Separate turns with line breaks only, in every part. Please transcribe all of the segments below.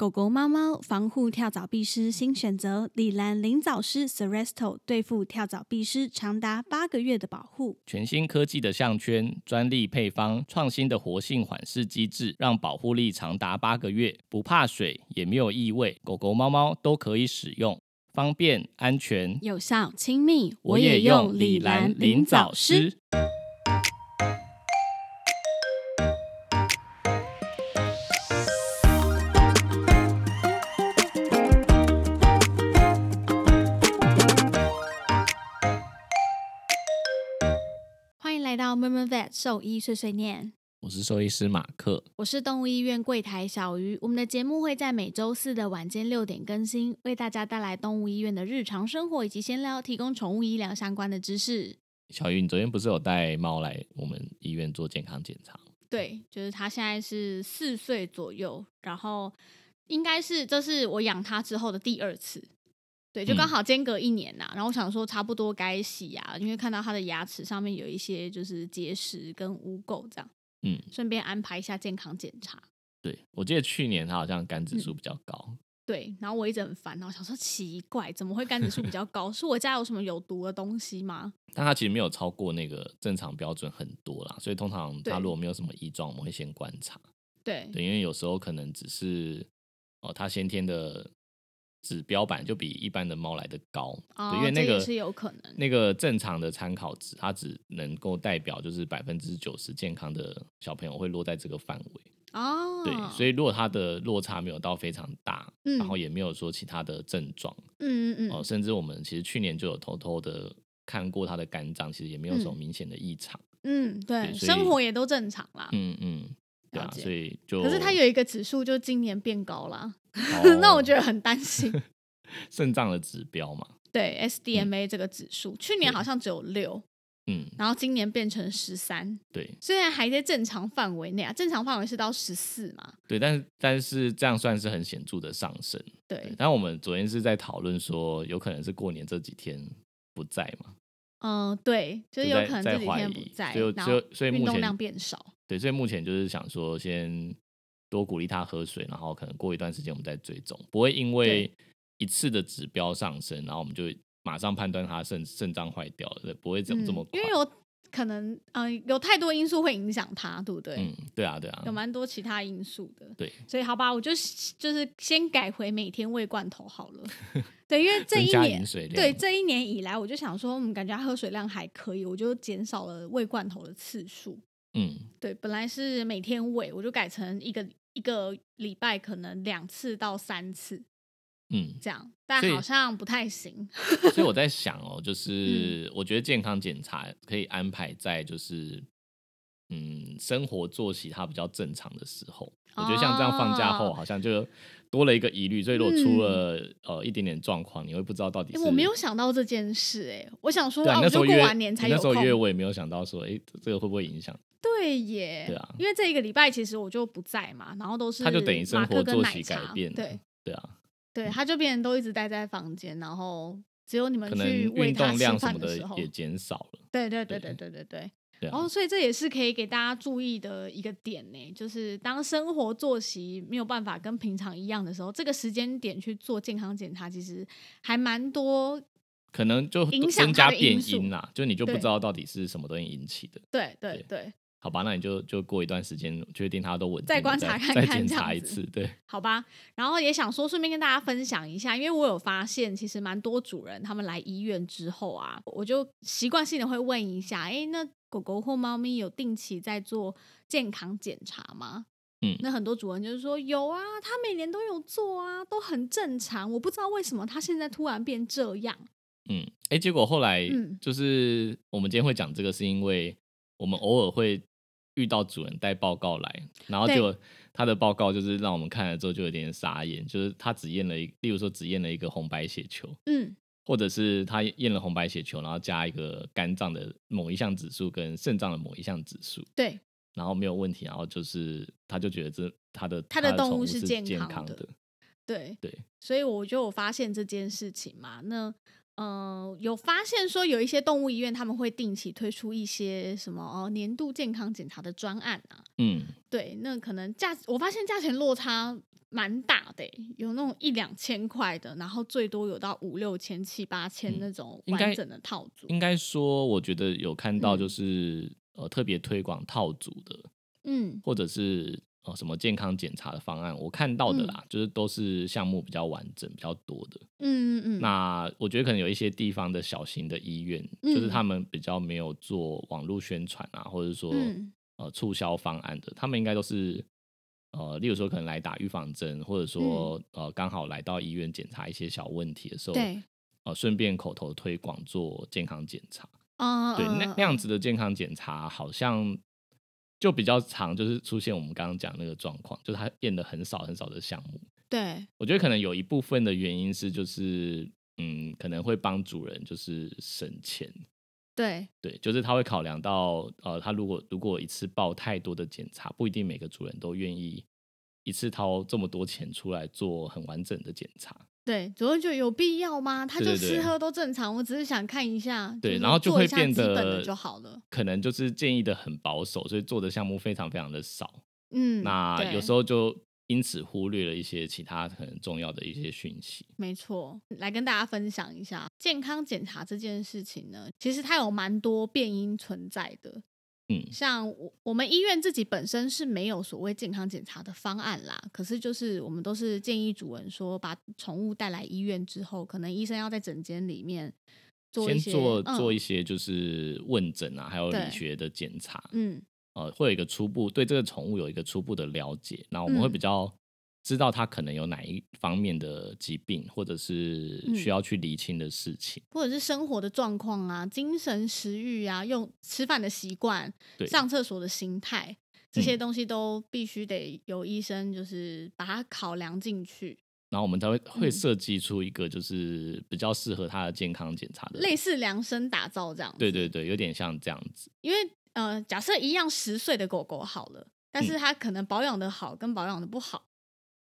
狗狗、猫猫防护跳蚤蜱虱新选择——李兰灵藻虱 Seresto 对付跳蚤蜱虱长达八个月的保护。
全新科技的项圈、专利配方、创新的活性缓释机制，让保护力长达八个月，不怕水，也没有异味，狗狗、猫猫都可以使用，方便、安全。
有效、亲密，
我也用李兰林藻
虱。
湿。
欢迎来到 m e r m Vet 兽医碎碎念，
我是兽医师马克，
我是动物医院柜台小鱼。我们的节目会在每周四的晚间六点更新，为大家带来动物医院的日常生活以及闲聊，提供宠物医疗相关的知识。
小鱼，你昨天不是有带猫来我们医院做健康检查吗？
对，就是它现在是四岁左右，然后应该是这是我养它之后的第二次，对，就刚
嗯
好间隔一年呐、然后我想说差不多该洗牙、因为看到它的牙齿上面有一些就是结石跟污垢这样，
嗯，
顺便安排一下健康检查。
对，我记得去年它好像肝指数比较高，
对，然后我一直很烦恼，想说奇怪，怎么会肝指数比较高？是我家有什么有毒的东西吗？
但它其实没有超过那个正常标准很多啦，所以通常它
对
如果没有什么异状，我们会先观察。
对，
对，因为有时候可能只是哦，它先天的指标版就比一般的猫来的高，
哦
对，因为
这
那
也
个
是有可能
那个正常的参考值，它只能够代表就是百分之九十健康的小朋友会落在这个范围，
哦，
对，所
以
以如果它的落差没有到非常大，
嗯
然后也没有说其他的症状
嗯嗯嗯，
哦，甚至我们其实去年就有偷偷的看过它的肝脏，其实也没有什么
嗯
明显的异常，
嗯，对，
对所
生
以
活也都正常啦。
嗯嗯，对
了
啊，
解
所以就
可是它有一个指数，就今年变高啦，
哦
那我觉得很担心。
肾脏的指标嘛，
对 SDMA 这个指数，去年
对
好像只有六，
嗯，
然后今年变成十三，
对
虽然还在正常范围内啊，正常范围是到十四嘛。
对，但是但是这样算是很显著的上升，对
对，，
但我们昨天是在讨论说，有可能是过年这几天不在嘛。
嗯，对，就是有
在
可能
在
这几
怀
天不
疑
在
所以，
然
所
后
以所以目
运动
前
量变少。
对，所以目前就是想说，先多鼓励他喝水，然后可能过一段时间我们再追踪，不会因为一次的指标上升，然后我们就马上判断他肾肾脏坏掉了，不会怎么这么
嗯
快
因为。有可能，嗯，有太多因素会影响它，对不对？
嗯，对啊，对啊
有，蛮多其他因素的。
对，
所以好吧，我就就是先改回每天喂罐头好 了。对，因为这
增
一
加
年
饮水量，
对，这一年以来，我就想说，嗯，感觉他喝水量还可以，我就减少了喂罐头的次数。
嗯，
对，本来是每天喂，我就改成一个一个礼拜可能两次到三次
嗯，
这样，但
所以
好像不太行。
所以我在想哦，
嗯
就是我觉得健康检查可以安排在就是嗯生活作息它比较正常的时候。我觉得像这样放假后，
哦嗯
好像就多了一个疑虑，所以如果出了、呃一点点状况，你会不知道到底
诶
是。
我没有想到这件事、诶，哎，我想说，
对
啊，
啊，你
我
那时
就
候
过
约
完年才
你
有
那时候约
空。
我也没有想到说，哎、这个会不会影响？
对耶，
对啊
因为这一个礼拜其实我就不在嘛，然后都是
它就等于
马
生
克
活
跟
作
奶
息改
茶
变了
对
对啊，
对，他就变成都一直待在房间，然后只有你们
可能
去喂
运
他
动
吃
量什
饭
么
的
的
时候，
也减少了。
对对对对
对
对对对。
对啊，
哦，所以这也是可以给大家注意的一个点呢，就是当生活作息没有办法跟平常一样的时候，这个时间点去做健康检查，其实还蛮多。
可能就
影响
增
它
加
的因
变
素
因啦，就你就不
对
知道到底是什么东西引起的。
对对
对
对，
好吧，那你就就过一段时间确定它都稳定了，
再观察看
再
看
检
这
查
样
一
子
次，对，
好吧。然后也想说，顺便跟大家分享一下，因为我有发现，其实蛮多主人他们来医院之后啊，我就习惯性的会问一下，诶，那狗狗或猫咪有定期在做健康检查吗？
嗯
那很多主人就是说有啊，他每年都有做啊，都很正常。我不知道为什么他现在突然变这样。
嗯，哎、结果后来
嗯
就是我们今天会讲这个，是因为我们偶尔会遇到主人带报告来，然后
对
就他的报告就是让我们看了之后就有点傻眼，就是他只验了一，例如说只验了一个红白血球，
嗯，
或者是他验了红白血球，然后加一个肝脏的某一项指数跟肾脏的某一项指数，
对
然后没有问题，然后就是他就觉得这他的
他的动
宠
物
物
是
是
健康
康
的
的，
对
对，
所以我就有发现这件事情嘛。那嗯，有发现说有一些动物医院他们会定期推出一些什么哦年度健康检查的专案啊，
嗯，
对，那可能价我发现价钱落差蛮大的欸、有那种一两千块的，然后最多有到五六千、七八千那种
嗯应该
完整的套组，
应该说，我觉得有看到
嗯
就是、呃特别推广套组的，
嗯
或者是呃什么健康检查的方案，我看到的
嗯
啦，就是都是项目比较完整、比较多的。
嗯嗯嗯，
那我觉得可能有一些地方的小型的医院，
嗯
就是他们比较没有做网络宣传啊，或者说、
嗯
呃促销方案的，他们应该都是呃，例如说可能来打预防针，
嗯
或者说、呃刚好来到医院检查一些小问题的时候，
对，
呃顺便口头推广做健康检查。
啊、
对，那
嗯
那样子的健康检查好像就比较常就是出现我们刚刚讲那个状况，就是它变得很少很少的项目。
对，
我觉得可能有一部分的原因是，就是嗯，可能会帮主人就是省钱，
对，
对，就是他会考量到呃，他如果如果一次报太多的检查，不一定每个主人都愿意一次掏这么多钱出来做很完整的检查，
对，主任就有必要吗？他就
对对对
吃喝都正常，我只是想看一下，
对，
是
然后就
做
会
一下
变
基本的
得
就好了。，
可能就是建议的很保守，所以做的项目非常非常的少。
嗯，
那有时
候
候就因此忽略了一些其他可能重要的一些讯息。
没错，来跟大家分享一下健康检查这件事情呢，其实它有蛮多变因存在的。
嗯
像我我们医院自己本身是没有所谓健康检查的方案啦，可是就是我们都是建议主人说，把宠物带来医院之后，可能医生要在诊间里面做一些
先做
嗯
做一些就是问诊啊，还有
对
理学的检查，
嗯
呃，会有一个初步对这个宠物有一个初步的了解，那我们
嗯
会比较知道它可能有哪一方面的疾病，或者是
嗯
需要去厘清的事情。
或者是生活的状况啊、精神食欲啊、用吃饭的习惯、
对，
上厕所的心态，这些
嗯
东西都必须得由医生就是把它考量进去，
然后我们才会会
嗯
设计出一个就是比较适合它的健康检查的。
类似量身打造这样子。
对对对，有点像这样子。
因为呃，假设一样十岁的狗狗好了，但是它可能保养的好跟保养的不好，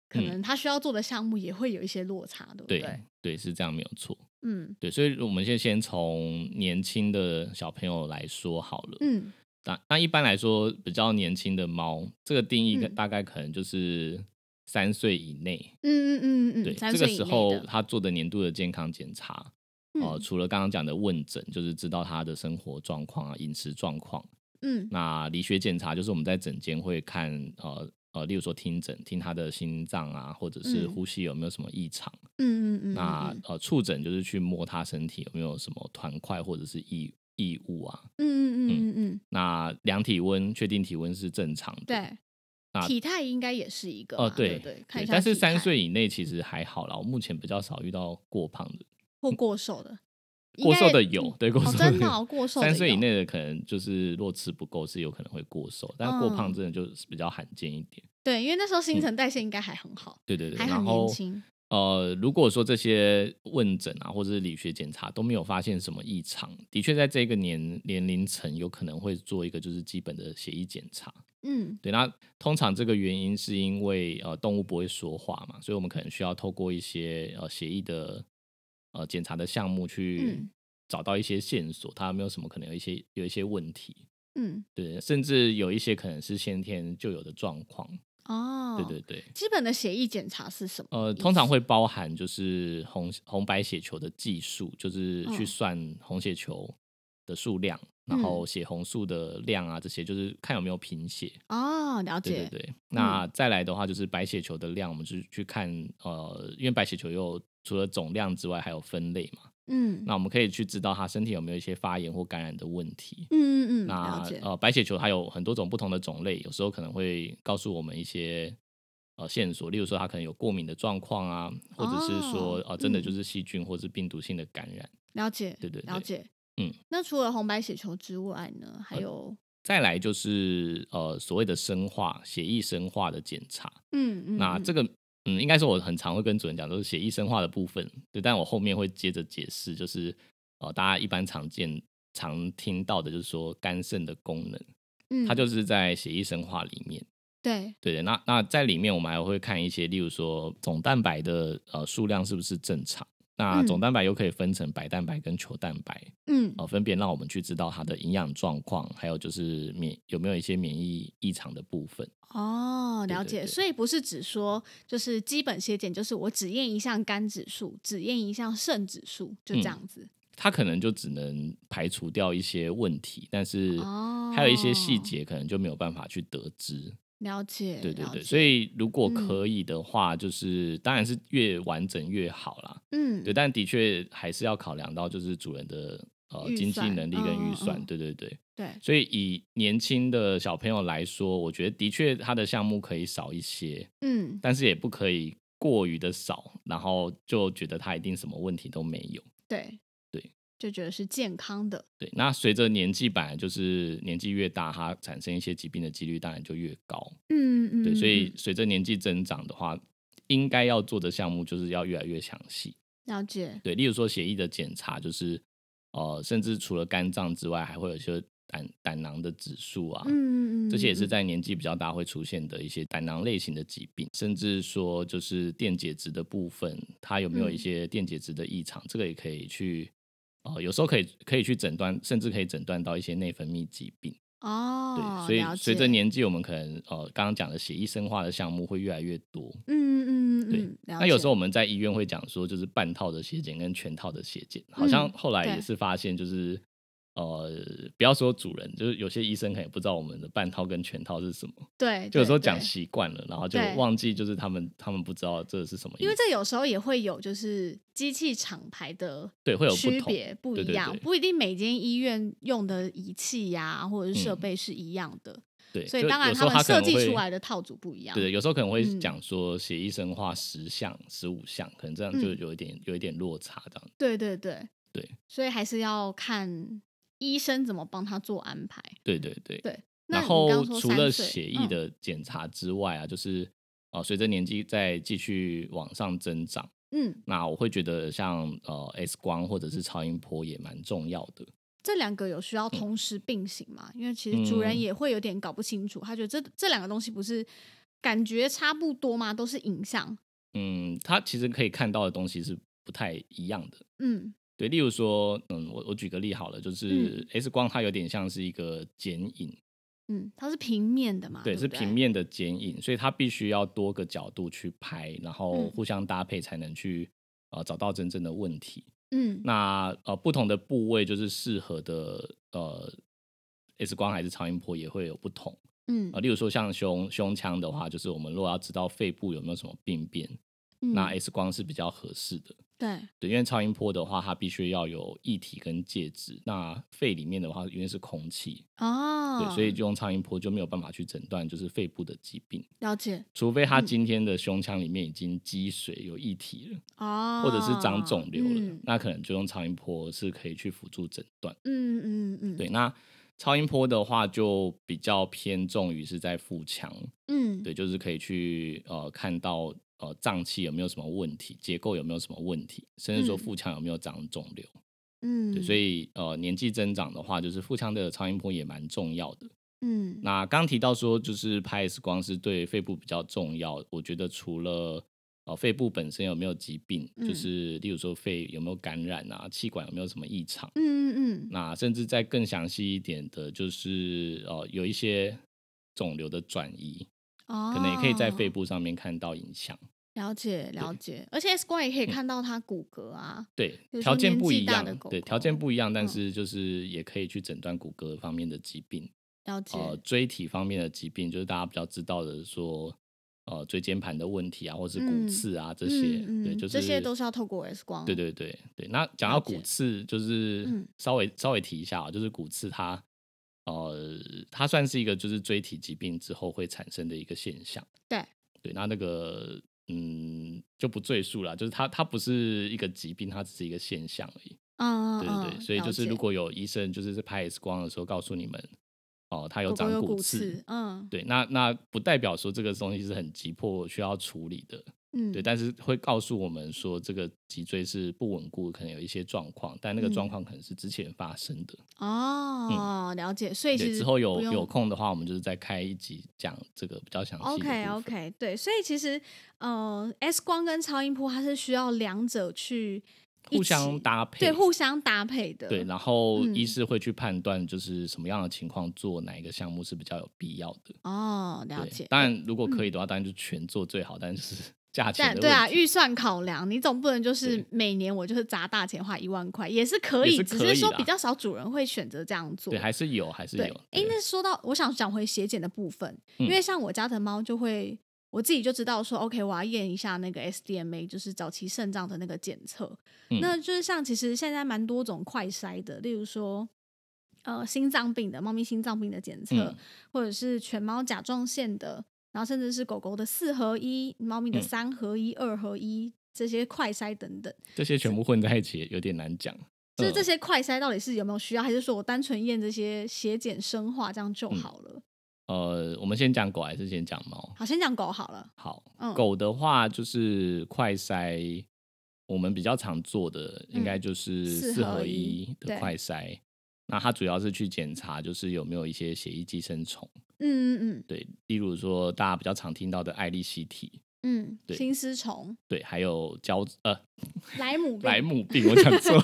可
嗯
能它需要做的项目也会有一些落差，对不
对
对？
对，是这样没有错。
嗯
对，所以我们先先从年轻的小朋友来说好了。
嗯
那那一般来说，比较年轻的猫，这个定义
嗯
大概可能就是三岁以内。
嗯嗯嗯嗯
对，
嗯，三
这个
岁以
时
内
候
的，
他做的年度的健康检查，呃，
嗯
除了刚刚讲的问诊，就是知道他的生活状况啊、饮食状况。
嗯
那理学检查就是我们在诊间会看，呃呃，例如说听诊，听他的心脏啊，或者是
嗯
呼吸有没有什么异常。
嗯嗯嗯，
那
嗯
呃，触诊就是去摸他身体有没有什么团块或者是异异物啊。
嗯嗯嗯嗯嗯，
那量体温，确定体温是正常的。
对。
那
体态应该也是一个
哦、
嘛对
对
不对，看一下
但是
体态嗯
三岁以内其实还好啦，我目前比较少遇到过胖的，
或过瘦的，应
过
该
瘦的有，对，过
哦
瘦的有、
真的哦过瘦的
三岁以
有
内的可能就是若吃不够是有可能会过瘦，但过胖
嗯
真的就是比较罕见一点。
对，因为那时候新陈代谢应该还很好，
对嗯对对，
还
然
很
后
年轻，
呃，如果说这些问诊啊，或者是理学检查都没有发现什么异常，的确在这个年年龄层有可能会做一个就是基本的血液检查。
嗯
对，那通常这个原因是因为呃动物不会说话嘛，所以我们可能需要透过一些呃血液的呃检查的项目去
嗯
找到一些线索，它有没有什么可能有一些有一些问题。
嗯，
对，甚至有一些可能是先天就有的状况。
哦，
对对对，
基本的血液检查是什么？
呃，通常会包含就是红红白血球的计数，就是
嗯
去
嗯
算红血球的数量，然后血红素的量啊，这些就是看有没有贫血。
哦，了解，
对对对，那再来的话就是白血球的量，我们是去看呃，因为白血球又除了总量之外还有分类嘛，
嗯
那我们可以去知道它身体有没有一些发炎或感染的问题。
嗯嗯嗯，
那
了解，
呃，白血球它有很多种不同的种类，有时候可能会告诉我们一些呃线索，例如说它可能有过敏的状况啊，或者是说、
哦
呃真
嗯
的就是细菌或是病毒性的感染。
了解，
对对对
了解，
嗯。呃
那除了红白血球之外呢，还有，
再来就是呃所谓的生化血液生化的检查，
嗯嗯，
那
嗯
这个嗯应该说我很常会跟主人讲，都是血液生化的部分，对，但我后面会接着解释，就是呃大家一般常见常听到的就是说肝肾的功能，
嗯
它就是在血液生化里面。
对，
对的，那那在里面我们还会看一些，例如说总蛋白的呃数量是不是正常，那
嗯
总蛋白又可以分成白蛋白跟球蛋白，
嗯
哦，分别让我们去知道它的营养状况，还有就是免有没有一些免疫异常的部分。
哦，
对
了
对
解。
对
所以不是只说就是基本血检，就是我只验一项肝指数，只验一项肾指数，就这
嗯
样子。
它可能就只能排除掉一些问题，但是
哦
还有一些细节可能就没有办法去得知。
了解，
对对
了
对，
解
所以如果
嗯
可以的话，就是当然是越完整越好啦。
嗯，
对，但的确还是要考量到就是主人的呃
预
经济
算
能力跟
嗯
预
嗯
算，
嗯
对对对。
对，
所以以年轻的小朋友来说，我觉得的确他的项目可以少一些，
嗯，
但是也不可以过于的少，然后就觉得他一定什么问题都没有。
对
对，
就觉得是健康的，
对，那随着年纪，本来就是年纪越大，它产生一些疾病的几率当然就越高。
嗯嗯，
对，所以
嗯
随着年纪增长的话，应该要做的项目就是要越来越详细。
了解，
对，例如说血液的检查，就是呃，甚至除了肝脏之外，还会有一些胆胆囊的指数啊，
嗯嗯嗯，
这些也是
嗯
在年纪比较大会出现的一些胆囊类型的疾病，甚至说就是电解质的部分，它有没有一
嗯
些电解质的异常，这个也可以去。呃，有时候可以可以去诊断，甚至可以诊断到一些内分泌疾病。
哦，
对，所
了
以随着
解，
年纪，我们可能呃刚刚讲的血液生化的项目会越来越多。
嗯嗯嗯
对
嗯，那
那有时候我们在医院会讲说，就是半套的血检跟全套的血检，好像后来也
嗯对
是发现，就是呃，不要说主人，就是有些医生可能也不知道我们的半套跟全套是什么，
对，
就有时候
对
讲
对
习惯了，然后就
对
忘记就是他们他们不知道这是什么意思，
因为这有时候也会有，就是机器厂牌的
对会有不
区
同
别不
对
一
对
样，
对
不一定每间医院用的仪器呀、或者是设
嗯
备是一样的，
对，
所以
就
当然
有时候
们
可能
设计
会
出来的套组不一样。
对，有时候可能会
嗯
讲说血液生化十项、十五项，可能这样就
嗯
有一点、有一点落差这样。
对对对
对，
所以还是要看医生怎么帮他做安排。
对对对。
对，那
然
你刚
后
刚说
除
三
了
岁
血液、
嗯
的检查之外啊，就是呃，随着年纪在继续往上增长，
嗯，
那我会觉得像呃 X 光或者是超音波也蛮重要的。
这两个有需要同时并行吗？因为其实主人
嗯
也会有点搞不清楚，他觉得这这两个东西不是感觉差不多吗？都是影像，
嗯，它其实可以看到的东西是不太一样的。
嗯
对，例如说，嗯，我我举个例好了，就是
嗯
X 光它有点像是一个剪影，
嗯，它是平面的嘛？
对，
不
是平面的剪影，所以它必须要多个角度去拍，然后
嗯
互相搭配才能去呃找到真正的问题。
嗯，
那呃不同的部位就是适合的呃 X 光还是超音波也会有不同
嗯
啊、呃例如说像胸胸腔的话，就是我们如果要知道肺部有没有什么病变，那
嗯
X 光是比较合适的。
对，
对，因为超音波的话，它必须要有液体跟介质。那肺里面的话，因为是空气，
哦，
对，所以就用超音波就没有办法去诊断就是肺部的疾病，
了解
除非他
嗯
今天的胸腔里面已经积水有液体了，
哦，
或者是长肿瘤了，
嗯
那可能就用超音波是可以去辅助诊断。
嗯嗯嗯，
对，，那超音波的话就比较偏重于是在腹腔，
嗯
对，就是可以去呃看到呃脏器有没有什么问题，结构有没有什么问题，甚至说
嗯
腹腔有没有长肿瘤。
嗯，
对，所以呃年纪增长的话，就是腹腔的超音波也蛮重要的。
嗯
那刚提到说，就是拍 X 光是对肺部比较重要。我觉得除了呃肺部本身有没有疾病，就
嗯
是例如说肺有没有感染啊，气管有没有什么异常，
嗯嗯嗯
那甚至再更详细一点的，就是呃有一些肿瘤的转移，
哦，
可能也可以在肺部上面看到影像。
了解了解，而且 X 光也
嗯
可以看到它骨骼啊，
对
比，如
条
说
件
年
不
纪
一
大
样
的狗，
对，
狗
条件不一样，但
嗯
是就是也可以去诊断骨骼方面的疾病。
了解，
呃椎体方面的疾病，就是大家比较知道的说，呃椎间盘的问题啊，或是骨
嗯
刺啊、这些，
嗯
对，
嗯
就是
这些都是要透过 X 光
对对对对。那讲到
了解
骨刺，就是
嗯
稍微、稍微提一下啊，就是骨刺它。呃，它算是一个就是椎体疾病之后会产生的一个现象。
对，
对，那那个嗯就不赘述了，就是它它不是一个疾病，它只是一个现象而已。
嗯嗯
对对对，
嗯
所以就
了
是如
解
果有医生就是在拍 X 光的时候告诉你们，哦，他有
狗狗
长
有骨
刺，
刺，嗯
对，那那不代表说这个东西是很急迫需要处理的，
嗯
对，但是会告诉我们说这个脊椎是不稳固，可能有一些状况，但那个
嗯
状况可能是之前发生的。
哦了解，所以其
嗯对，
实
之后
不
有
用
有空的话，我们就是再开一集讲这个比较详细的
OK
部分
OK，对，所以其实呃，X 光跟超音波它是需要两者去一
互
起
相搭配，
对互相搭配的，
对，然后
嗯
医师会去判断就是什么样的情况做哪一个项目是比较有必要的。
哦，了
对，
解。嗯
当然如果可以的话，当然就全做最好，但是 价钱
但
的
对啊，
问题
预算考量，你总不能就是
对
每年我就是砸大钱花一万块，也是可以，
也是
只
可
是
以
说
啦
比较少主人会选择这样做。
对还是有还是
对
有。
哎，
对
那说到我想讲回血检的部分，
嗯
因为像我家的猫就会。我自己就知道说，OK，我要验一下那个 SDMA，就是早期肾脏的那个检测。
嗯
那就是像其实现在蛮多种快筛的，例如说，呃，心脏病的猫咪心脏病的检测，
嗯
或者是犬猫甲状腺的，然后甚至是狗狗的四合一、猫咪的
嗯
三合一、二合一这些快筛等等，
这些全部混在一起有点难讲。
就是
嗯
这些快筛到底是有没有需要，还是说我单纯验这些血检生化这样
嗯
就好了？
呃，我们先讲狗还是先讲猫？
好，先讲狗好了。
好，
嗯
狗的话就是快筛，我们比较常做的应该就是
嗯四
四
合
合
一
一
对
的快筛。那它主要是去检查，就是有没有一些血液寄生虫，
嗯嗯
对，例如说大家比较常听到的艾利希体，
嗯嗯，
对
心丝虫、
对，还有胶呃
莱姆病，
莱姆病，我讲 错，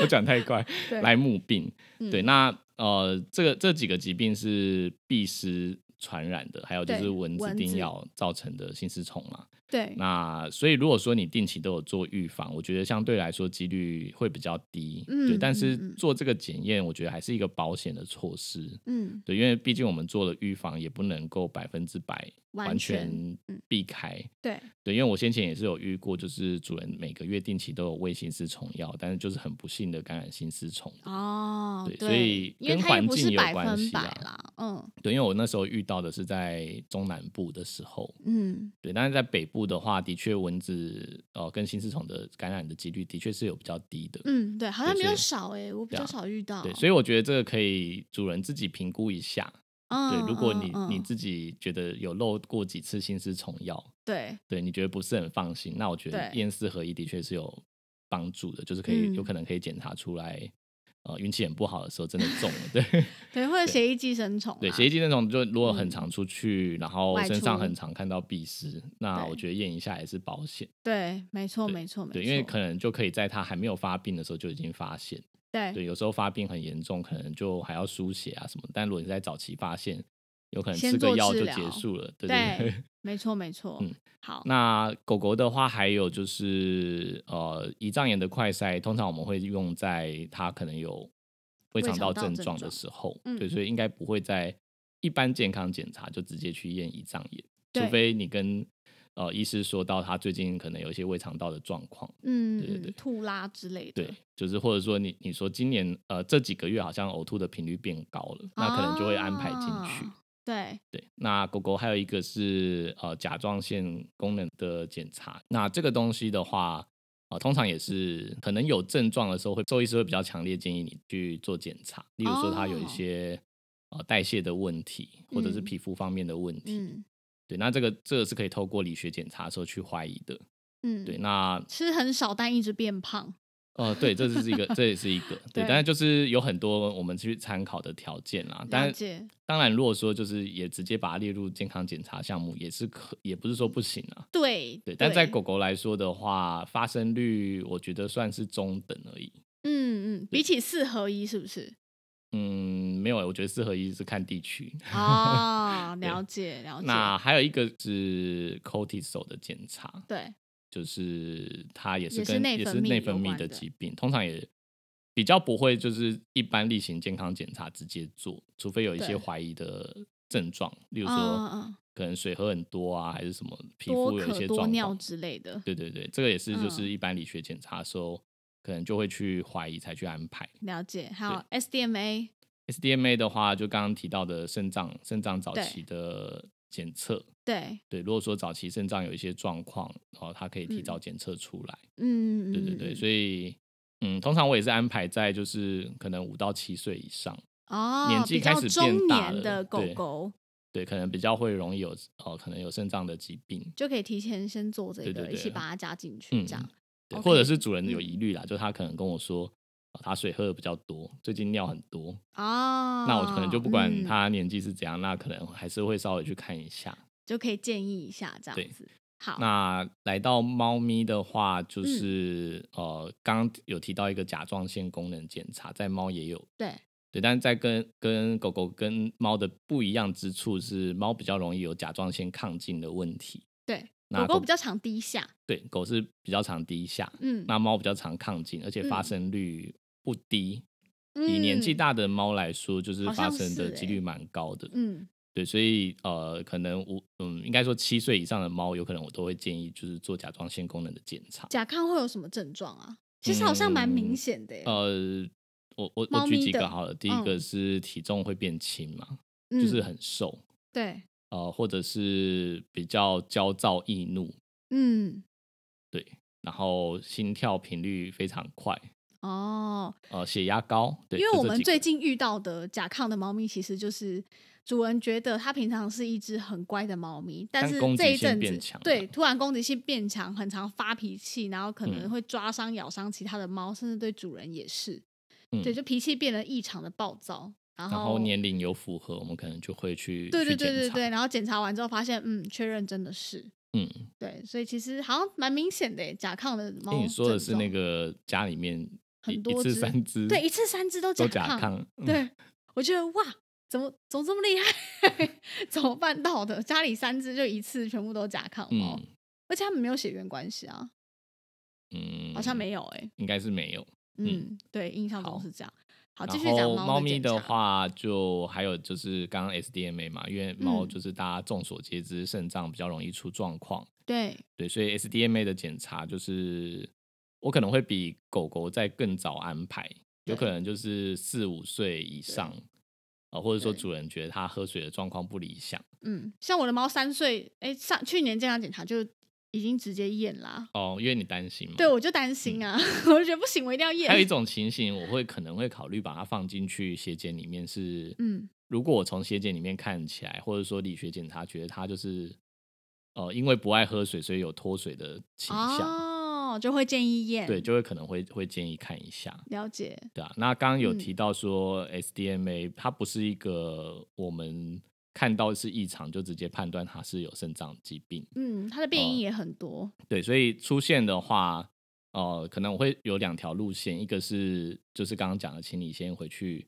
我讲太快，
对
莱姆病，
嗯
对，那呃这个这几个疾病是必须传染的，还有就
对
是蚊子
蚊子
叮咬造成的心丝虫嘛，
对，
那所以如果说你定期都有做预防，我觉得相对来说几率会比较低，
嗯
对。但是
嗯嗯
做这个检验，我觉得还是一个保险的措施，
嗯
对，因为毕竟我们做了预防，也不能够百分之百
完
完
全
全
嗯
避开。
对，
对，因为我先前也是有遇过，就是主人每个月定期都有喂心丝虫药，但是就是很不幸的感染心丝虫。
哦
对所以
因为
跟
它也
环
不
境
是
有
百
关
分
系
百
啦
啦，嗯
对，因为我那时候遇到的是在中南部的时候，
嗯
对，但是在北部的话，的确蚊子呃跟心丝虫的感染的几率的确是有比较低的。
嗯，对，好像比
对
较
所以
少诶、我比
对
较
啊
少遇到。
对，所以我觉得这个可以主人自己评估一下。
嗯
对，如果你
嗯
你
嗯
自己觉得有漏过几次心丝虫药，
对
对你觉得不是很放心，那我觉得
对
验四合一的确是有帮助的，就是可以、
嗯
有可能可以检查出来。呃，运气很不好的时候，真的中了，对
对，或者血液寄生虫、啊，
对，血液寄生虫就如果
嗯
很常出去，然后
外
身上
出
很常看到蜱虱，那
对
我觉得验一下也是保险。
对，没错，
对
没错，没错，
对，因为可能就可以在它还没有发病的时候就已经发现。
对
对，有时候发病很严重，可能就还要输血啊什么。但如果你在早期发现，有可能
先
吃个
做
药
治
就
疗
结束了。对对
对
对。
没错，没错，
嗯
好，
那狗狗的话，还有就是呃，胰脏炎的快筛，通常我们会用在它可能有胃肠道症状的时候，
嗯
对，所以应该不会在一般健康检查就直接去验胰脏炎，
对
除非你跟呃医师说到他最近可能有一些胃肠道的状况。
嗯，
对对
嗯
对
吐拉之类的，
对，就是或者说你你说今年呃这几个月好像呕吐的频率变高了，那可能就会安排进去。
啊对，
对，那狗狗还有一个是呃甲状腺功能的检查，那这个东西的话。呃，通常也是可能有症状的时候会，兽医师会比较强烈建议你去做检查，例如说它有一
哦
些、呃代谢的问题，或者是
嗯
皮肤方面的问题。
嗯
对，那这个这个是可以透过理学检查的时候去怀疑的。
嗯，
对，，那
吃很少但一直变胖，
呃，对，这是一个，这也是一个，
对
对，但是就是有很多我们去参考的条件啦。
了
但
解，
当然，如果说就是也直接把它列入健康检查项目，也是可，也不是说不行啊。
对
对，但在狗，狗来说的话，发生率我觉得算是中等而已。
嗯嗯，比起四合一是不 是？
嗯，没有欸，我觉得四合一是看地区。
啊， 了解了解，
那还有一个是 cortisol 的检查，
对，
就是它也
也
是
是
跟
内
也
分
是
泌
内
有
分泌
关
的
的
疾病，通常也比较不会就是一般例行健康检查直接做，除非有一
对
些怀疑的症状，例
嗯
如
嗯
说
嗯
可能水喝很多啊，还是什么皮
多
肤有一
渴
些
多
状
尿
况。
之类的，
对对对，这个也是就是
嗯
一般理学检查的时候，可能就会去怀疑才去安排。
了解，还有 SDMA，
SDMA 的话，就刚刚提到的肾脏肾脏早
对
期的检测，
对，
对，如果说早期肾脏有一些状况，然后它可以提
嗯
早检测出来。
嗯，
对对
嗯
对，
嗯
所以嗯，通常我也是安排在就是可能五到七岁以上，
哦，
年纪
比
开
较
始
中
变大
年
了
的狗
对
狗
对，可能比较会容易有哦，可能有肾脏的疾病，
就可以提前先做这
对对
个，一起
对
把它加进去，
嗯
这样
对
OK，
或者是主人有
嗯
疑虑啦，就他可能跟我说。哦他水喝的比较多，最近尿很多，
哦，
嗯那我可能就不管
嗯，
他年纪是怎样，那可能还是会稍微去看一下。
就可以建议一下这
对
样子，好，嗯
那来到猫咪的话，就是、呃，刚刚有提到一个甲状腺功能检查，在猫也有，
对，
对，但是在跟跟狗狗跟猫的不一样之处是，猫比较容易有甲状腺亢进的问题，
对，
那
狗
狗
狗比较常低下，
对，狗是比较常低下，
嗯，
那猫比较常亢进，而且发
嗯
生率不低。以年纪
嗯，
大的猫来说，就是
好
发
像
生的
是
几
欸
率蛮高的。
嗯，
对，所以呃，可能五嗯，应该说七岁以上的猫，有可能我都会建议就是做甲状腺功能的检查。
甲亢会有什么症状啊？其实好像蛮明
嗯
显的耶，
呃，我我
猫
我举
咪
几个
的
好了，第一个
嗯
是体重会变轻嘛，就是
嗯
很瘦，
对，
呃，或者是比较焦躁易怒，
嗯，
对，然后心跳频率非常快，
哦，
呃，血压高，对，
因为
就
我
这
们
几
最
个
近遇到的甲亢的猫咪，其实就是主人觉得它平常是一只很乖的猫咪，但
但
是
攻
这
击
一
性
阵
变
子
强
对
了
突然攻击性变强，很常发脾气，然后可能
嗯
会抓伤、咬伤其他的猫，甚至对主人也是，
嗯
对，就脾气变得异常的暴躁，然
然后
后
年龄有符合，我们可能就会去
对对
去
对对
检
对，
查，
然后检查完之后发现，嗯，确认真的是。
嗯。
对，所以其实好像蛮明显的耶甲亢的猫症
因
状。
为你说的是那个家里面一
很多
一次
只
三只，
对，一次三只都
都
甲
甲亢，嗯，
对，我觉得哇，怎么怎么这么厉害？ 怎么办到的？家里三只就一次全部都甲亢猫，
嗯
而且他们没有血缘关系啊，
嗯，
好像，没有哎、
应该是没有。嗯
嗯，对，印象中
好
是这样。好，继
然
续讲
后猫咪
咪
的
检查，
话，就还有就是刚刚 SDMA 嘛，因为猫
嗯
就是大家众所皆知，肾脏比较容易出状况，
对，
对，所以 SDMA 的检查就是我可能会比狗狗再更早安排，有可
对
能就是四五岁以上，呃，或者说
对
主人觉得它喝水的状况不理想。
嗯，像我的猫三岁，哎、上去年健康检查就已经直接验啦。
哦，因为你担心嘛，
对，我就担心啊， 我就觉得不行，我一定要验。
嗯还有一种情形，我会可能会考虑把它放进去血检里面是，
嗯，
如果我从血检里面看起来，或者说理学检查觉得它就是，呃，因为不爱喝水，所以有脱水的倾向，
哦，就会建议验，
对，就会可能会会建议看一下，
了解，
对啊。那刚刚有
嗯
提到说 SDMA，、它不是一个我们看到是异常就直接判断它是有肾脏疾病，
嗯，它的变
哦
音也很多，
对，所以出现的话，呃，可能我会有两条路线，一个是就是刚刚讲的，请你先回去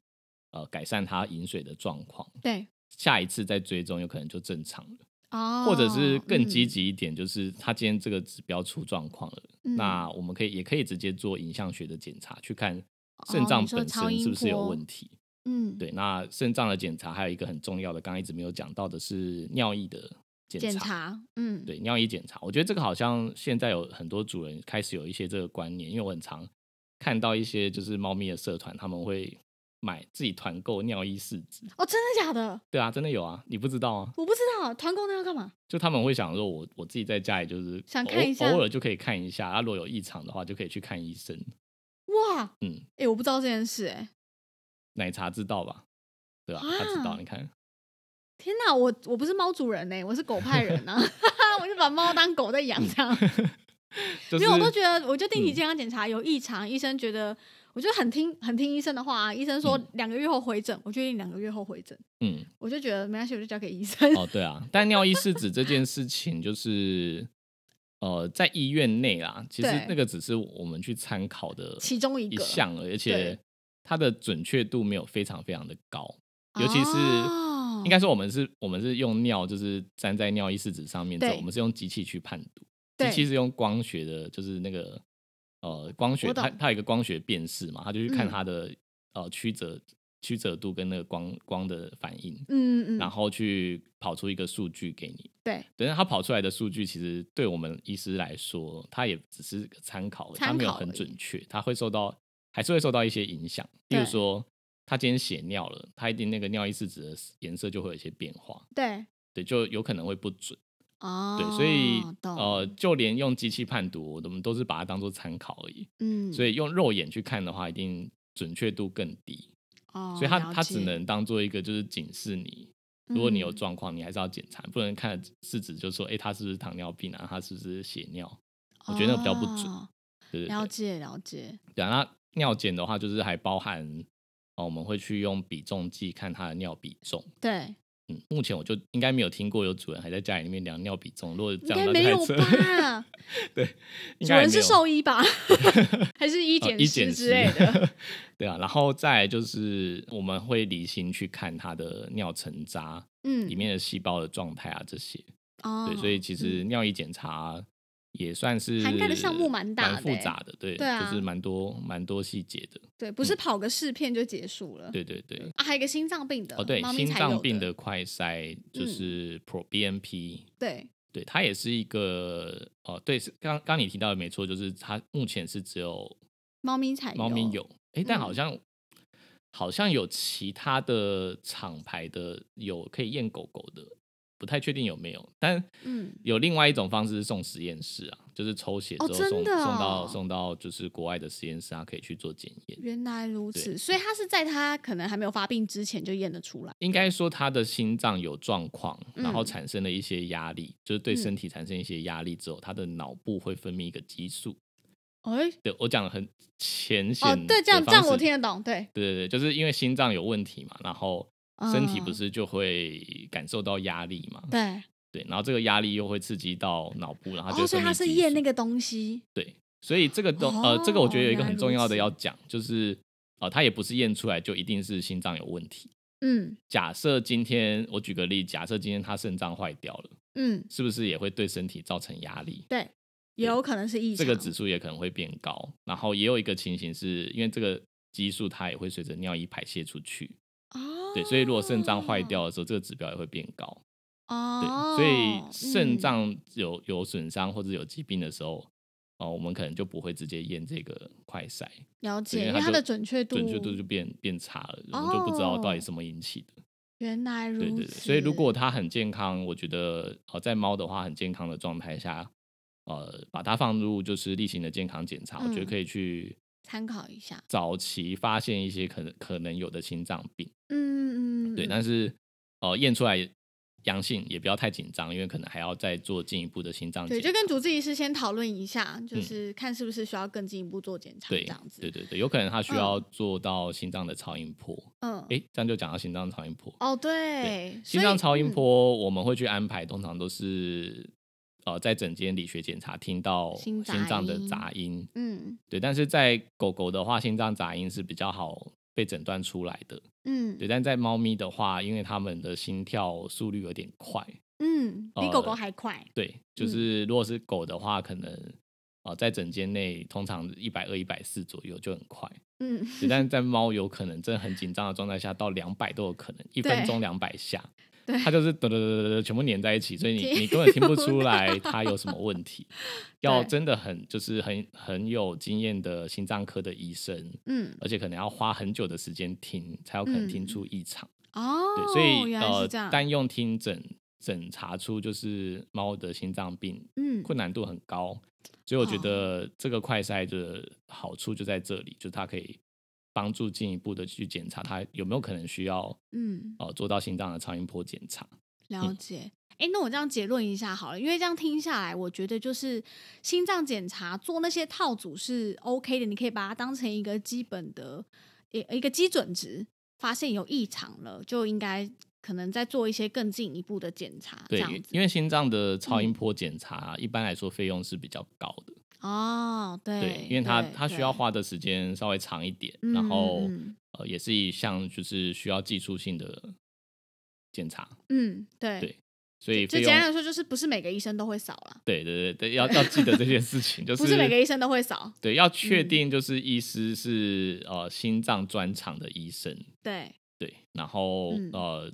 呃改善它饮水的状况，
对，
下一次再追踪，有可能就正常了，
哦，
或者是更积
嗯，
极一点，就是它今天这个指标出状况了，
嗯
那我们可以也可以直接做影像学的检查，去看
哦
肾
你
脏
说
本
超
身是
音
不是有
波
问题。
嗯，
对，那肾脏的检查还有一个很重要的，刚刚一直没有讲到的是尿液的
检查，嗯，
对尿液检查，我觉得这个好像现在有很多主人开始有一些这个观念，因为我很常看到一些就是猫咪的社团，他们会买自己团购尿衣试纸。
哦，真的假的？
对啊，真的有啊，你不知道啊？
我不知道团购那要干嘛？
就他们会想说我，我自己在家里就是
想
偶
看一下
偶尔就可以看一下，啊，如果有异常的话就可以去看医生。
哇，哎、
嗯，
我不知道这件事、哎，
奶茶知道吧？对吧、他知道，
啊
你看，
天哪，我我不是猫主人呢、我是狗派人啊， 我就把猫当狗在养这样。
嗯就
没
是
有，我都觉得，我就定期
嗯
健康检查有异常，医生觉得，我就很听很听医生的话、啊，医生说
嗯
两个月后回诊，我决定两个月后回诊，
嗯，
我就觉得没关系，我就交给医生。
哦，对啊，但尿意试纸这件事情，就是呃，在医院内啦，其实
对
那个只是我们去参考的
其中一
一
个
项而已，而且
对
它的准确度没有非常非常的高，尤其是、
哦
应该说我们是我们是用尿，就是粘在尿意试纸上面之后，
对
我们是用机器去判读，
对
机器是用光学的，就是那个呃光学，
我懂
它它有一个光学辨识嘛，它就去看
嗯
它的、呃曲折曲折度跟那个光光的反应，
嗯嗯
然
嗯，
后去跑出一个数据给你。
对，
等下它跑出来的数据，其实对我们医师来说，它也只是个参考而已，它
参
没有
考
很
而已
准确，它会受到还是会受到一些影响。例如
对
说，它今天血尿了，它一定那个尿液试纸的颜色就会有一些变化，
对，
对，就有可能会不准。
哦，
对，所以
懂
呃，，就连用机器判读，我们都是把它当做参考而已。
嗯，
所以用肉眼去看的话，一定准确度更低，
哦，
所以它
了
它只
解
能当做一个就是警示你，如果你有
嗯
状况，你还是要检查，不能看试纸就说，哎、他是不是糖尿病啊？他是不是血尿？我觉得那个比较不准，
哦
对
了
对对。
解了解，
对啊，那尿检的话，就是还包含哦，我们会去用比重计看他的尿比重，
对，
嗯，目前我就应该没有听过有主人还在家里里面量尿比重，如果这
应
样
该
那
没
太
有
扯，
吧？
应
主
该也
人
没
是
有
兽医 吧？还是一
呃
减
一
十
减。
之类的？
对啊，然后再来就是我们会离心去看它的尿层渣
嗯
里，面的细胞的状态啊这些。
哦，
对，所以其实尿液检查也算是
涵盖的项目蛮大的
复
欸
杂的，对，
对啊
就是蛮多蛮多细节的。
对，不是跑个试片就结束了。
嗯对对对。
啊，还有一个心脏病的
哦，对
猫，咪
心
才
脏
有
病
的
的快筛就
嗯
是 Pro BNP，、
对，
对，它也是一个哦，对，是刚刚你提到的没错，就是它目前是只有
猫咪才
猫咪有，哎、但好
嗯
像、好像有其他的厂牌的有可以验狗狗的，不太确定有没有。但
嗯
有另外一种方式是送实验室啊，就是抽血之
哦
后
真
送、
的
送到
哦
送到就是国外的实验室，它可以去做检验。
原来如
对
此，所以它是在它可能还没有发病之前就验得出来。
应该说他的心脏有状况，然后
嗯
产生了一些压力，就是对身体产生一些压力之后，他的脑部会分泌一个激素。
哎、
对我讲的很浅显
哦，对，这样
的
这
方
样我
式
听得懂，对，
对对对，就是因为心脏有问题嘛，然后身体不
嗯
是就会感受到压力嘛？
对，
对，然后这个压力又会刺激到脑部，然后就、
哦，所以它是验那个东西，
对，所以这个东、呃，这个我觉得有一个很重要的要
哦
讲，就是呃，它也不是验出来就一定是心脏有问题。
嗯
假设今天我举个例，假设今天他肾脏坏掉了，
嗯，
是不是也会对身体造成压力？
对，也有可能是异
这
常。
个指数也可能会变高。然后也有一个情形是，因为这个激素它也会随着尿液排泄出去，
哦，
对，所以如果肾脏坏掉的时候，这个指标也会变高。对，
哦，
所以肾
嗯、
脏有有损伤或者有疾病的时候，哦，我们可能就不会直接验这个快筛，
了
对
解，因
它
为它
就
的准确度，
准确度就变变差了，我们就不知道到底
哦
什么引起的。
原来如
对
此。
对对，所以如果它很健康，我觉得哦，在猫的话很健康的状态下，呃，把它放入就是例行的健康检查，我觉得
嗯
可以去
参考一下，
早期发现一些可能可能有的心脏病。
嗯嗯，
对，
嗯
但是呃，验出来阳性也不要太紧张，因为可能还要再做进一步的心脏
对，
检
就
查。
跟主治医师先讨论一下，就
嗯
是看是不是需要更进一步做检查，这
对
样子。
对对对，有可能他需要
嗯
做到心脏的超音波。
嗯，
诶，这样就讲到心脏超音波。
哦，对，
心
所以
脏超音
嗯
波我们会去安排，通常都是呃在整间理学检查听到
心
心
杂
脏的
音
杂音，
嗯
对。但是在狗狗的话，心脏杂音是比较好被诊断出来的，
嗯
对。但在猫咪的话，因为它们的心跳速率有点快，
嗯，比狗狗
呃
还快，
对，
嗯
就是如果是狗的话，可能。呃，在整间内通常一百二、一百四左右就很快，
嗯，
对但是在猫有可能真的很紧张的状态下，到两百都有可能，一
对
分钟两百下，
对
它就是得得得得全部粘在一起，所以
听
你你根本听不
不
出来它有什么问题。 要
对
真的很就是很很有经验的心脏科的医生，
嗯，
而且可能要花很久的时间听，才有可能听出异常。
哦，
对，所以
原来
呃
是这，样，
单用听诊诊查出就是猫的心脏病，
嗯，
困难度很高，所以我觉
哦
得这个快筛的好处就在这里，就是它可以帮助进一步的去检查它有没有可能需要
嗯，
呃做到心脏的超音波检查。嗯
了解。哎、那我这样结论一下好了，因为这样听下来，我觉得就是心脏检查做那些套组是 OK 的，你可以把它当成一个基本的一一个基准值，发现有异常了，就应该可能再做一些更进一步的检查，这
对
样，子。
因为心脏的超
嗯
音波检查、一般来说费用是比较高的，
哦，对，
对，因为它
对
它需要
对
花的时间稍微长一点，
嗯
然后、
嗯
呃也是一项就是需要技术性的检查，
嗯，对，
对所以
就
费
简
用
单来说，就是不是每个医生都会扫啦，
对对对对，要要记得这件事 情，就是
不是每个医生都会扫，
对，要确
嗯
定就是医师是、呃心脏专长的医生，
对，
对，然后、
嗯
呃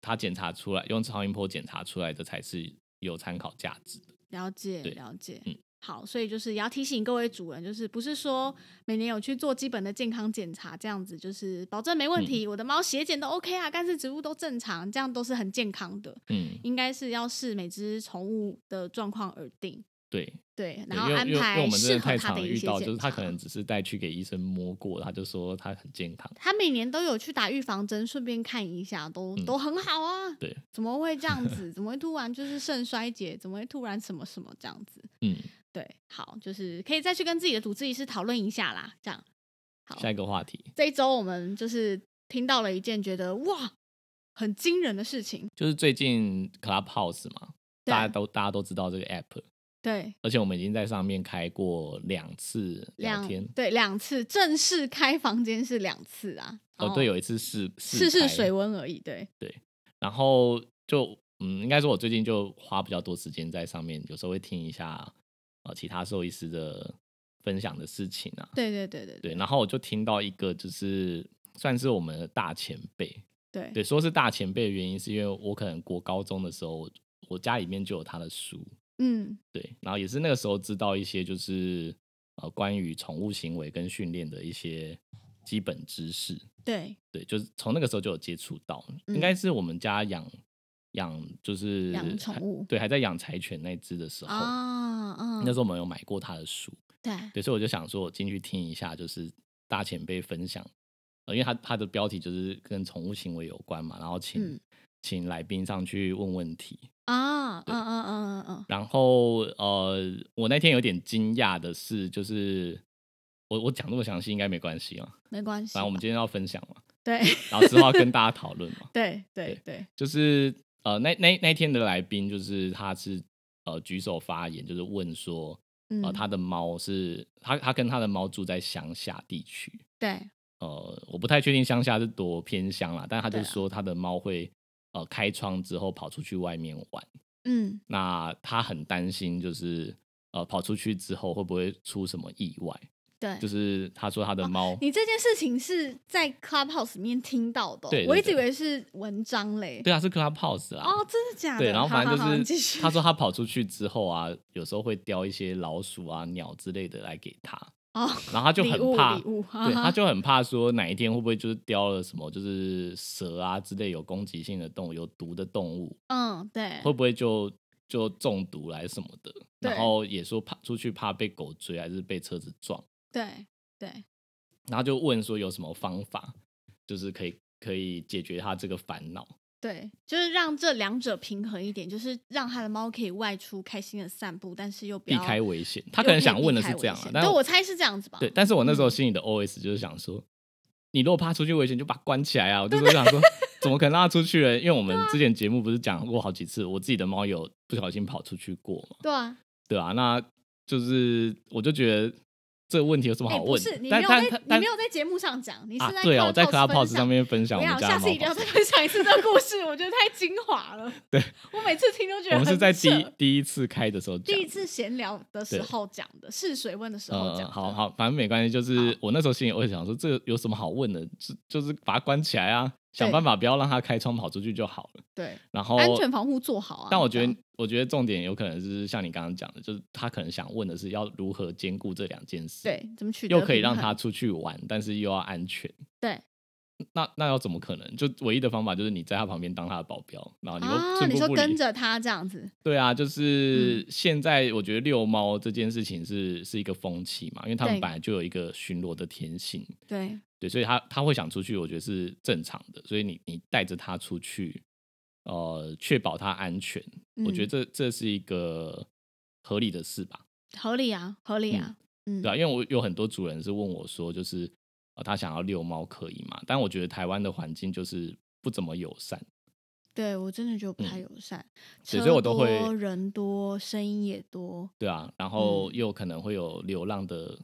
他检查出来用超音波检查出来的才是有参考价值的。
了解，
对
了解。
嗯
好，所以就是也要提醒各位主人，就是不是说每年有去做基本的健康检查，这样子就是保证
嗯
没问题，我的猫血检都 OK 啊，肝是植物都正常，这样都是很健康的，
嗯，
应该是要视每只宠物的状况而定，
对，
对，
对
然后
因为
安
因为因为我
排
们真
适
的
合
太
它
常
的一
遇
些
到，
检
就是他
查
可能只是带去给医生摸过，他就说他很健康。
他每年都有去打预防针，顺便看一下，都、
嗯
都很好啊。
对，
怎么会这 样子？怎么会突然就是肾衰竭？怎么会突然什么什么这样子？
嗯，
对，好，就是可以再去跟自己的主治医师讨论一下啦。这样，好，
下一个话题，
这一周我们就是听到了一件觉得哇很惊人的事情。
就是最近 Clubhouse 嘛，
对啊
大家都大家都知道这个 app，
对，
而且我们已经在上面开过两次聊
两
天。
对两次正式开房间是两次啊。
哦，
然后
对，有一次试
试试
开
水温而已。对，
然后就嗯，应该说我最近就花比较多时间在上面，有时候会听一下呃其他兽医师的分享的事情啊，
对对对对
对，然后我就听到一个就是算是我们的大前辈，
对对
对，说是大前辈的原因是因为我可能国高中的时候，我我家里面就有他的书，
嗯，
对，然后也是那个时候知道一些就是呃关于宠物行为跟训练的一些基本知识，
对
对，就是从那个时候就有接触到，
嗯
应该是我们家养养就是
养宠物
还对，还在养柴犬那只的时候，
啊，嗯，
那时候我们有买过他的书，
对
对，所以我就想说，我进去听一下，就是大前辈分享，呃，因为他他的标题就是跟宠物行为有关嘛，然后请、
嗯
请来宾上去问问题，
啊，嗯嗯嗯嗯嗯，
然后呃，我那天有点惊讶的是，就是我我讲那么详细应该没关系嘛，
没关系吧。
反正我们今天要分享嘛，
对
然后之后要跟大家讨论嘛。
对对 对，
就是呃，那那那天的来宾就是他是呃举手发言，就是问说，
嗯
呃，，他的猫是他他跟他的猫住在乡下地区，
对
呃，我不太确定乡下是多偏乡啦，但他就
对啊
说他的猫会呃开窗之后跑出去外面玩，
嗯
那他很担心就是。呃，跑出去之后会不会出什么意外？
对，
就是他说他 的猫、
哦你这件事情是在 Clubhouse 里面听到的哦、
对对
我一直以
对
为是文章嘞。
对啊，是 Clubhouse 啦。
哦，真的假的？
对，然后反正
好好好你
就
继
是
续
他说他跑出去之后啊，有时候会叼一些老鼠啊、鸟之类的来给他，
哦，
然后他就
礼
很
物
怕
礼，物，嗯
对，
哈
他
哈
就很怕说哪一天会不会就是叼了什么就是蛇啊之类有攻击性的动物、有毒的动物，
嗯对
会不会就就中毒来什么的？
对
然后也说怕出去怕被狗追还是被车子撞，
对对
然后就问说有什么方法，就是可以可以解决他这个烦恼。
对，就是让这两者平衡一点，就是让他的猫可以外出开心的散步，但是又不
避
要
开危险，他
又
可能
以
想
避
问的
开
是
危
这样啊
险，
但
对我猜是这样子吧。
对，但是我那时
嗯
候心里的 OS 就是想说，你如果怕出去危险，就把它关起来啊！我就说想说，怎么可能让它出去了？因为我们
啊
之前节目不是讲过好几次，我自己的猫有不小心跑出去过嘛，
对啊，
对啊，那就是我就觉得这个问题有什么
哎、
好
不
问？
是你没
但
有在
但
你
但
没有在节目上讲，你是
啊，
在
对啊，我在
Clubhouse
Clubhouse 上
分
面分享
不
我们
要，
家的
啊下
猫
次一定要
跑出
再
去。
分享一次这个故事，我觉得太精华了。
对，
我每次听都觉得
我们是
很
在第一
扯
第一次开的时候讲
第一
的。
次闲聊的时候讲的，试水温的时候讲
呃，
的。
好好，反正没关系。就是我那时候心里我也想说，这个有什么好问的？就就是把它关起来啊，想
对
办法不要让它开窗跑出去就好了。
对，
然后
安全防护做好啊。
但我觉
你
得，我觉得重点有可能就是像你刚刚讲的，就是他可能想问的是要如何兼顾这两件事，
知道，对，怎么取得
又可以让
平
他
衡
出去玩，但是又要安全。
对
那那要怎么可能？就唯一的方法就是你在他旁边当他的保镖，然后你又
啊，
寸
你
步
说
不
跟
离。
着嗯他这样子，
对啊，就是现在我觉得遛猫这件事情是是一个风气嘛，因为他们
对
本来就有一个巡逻的天性，
对
对，所以他他会想出去，我觉得是正常的。所以你你带着他出去，呃，确保他安全，我觉得
嗯
这这是一个合理的事吧，
合理啊，合理啊，嗯，
对吧、因为我有很多主人是问我说，就是呃，他想要遛猫可以吗？但我觉得台湾的环境就是不怎么友善，
对我真的觉得不太
嗯
友善，车
对所以我都会
多人多，声音也多，
对啊，然
嗯
后又可能会有流浪的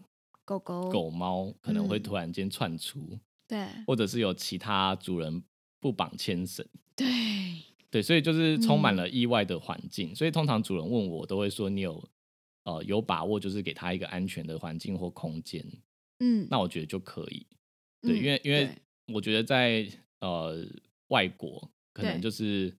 狗狗
狗猫可能会
嗯
突然间窜出，
对
或者是有其他主人不绑牵绳。
对
对，所以就是充满
嗯
了意外的环境。所以通常主人问我，我都会说你有呃有把握，就是给他一个安全的环境或空间，
嗯，
那我觉得就可以。对，
嗯
因为因为
对
我觉得在呃外国，可能
对
就是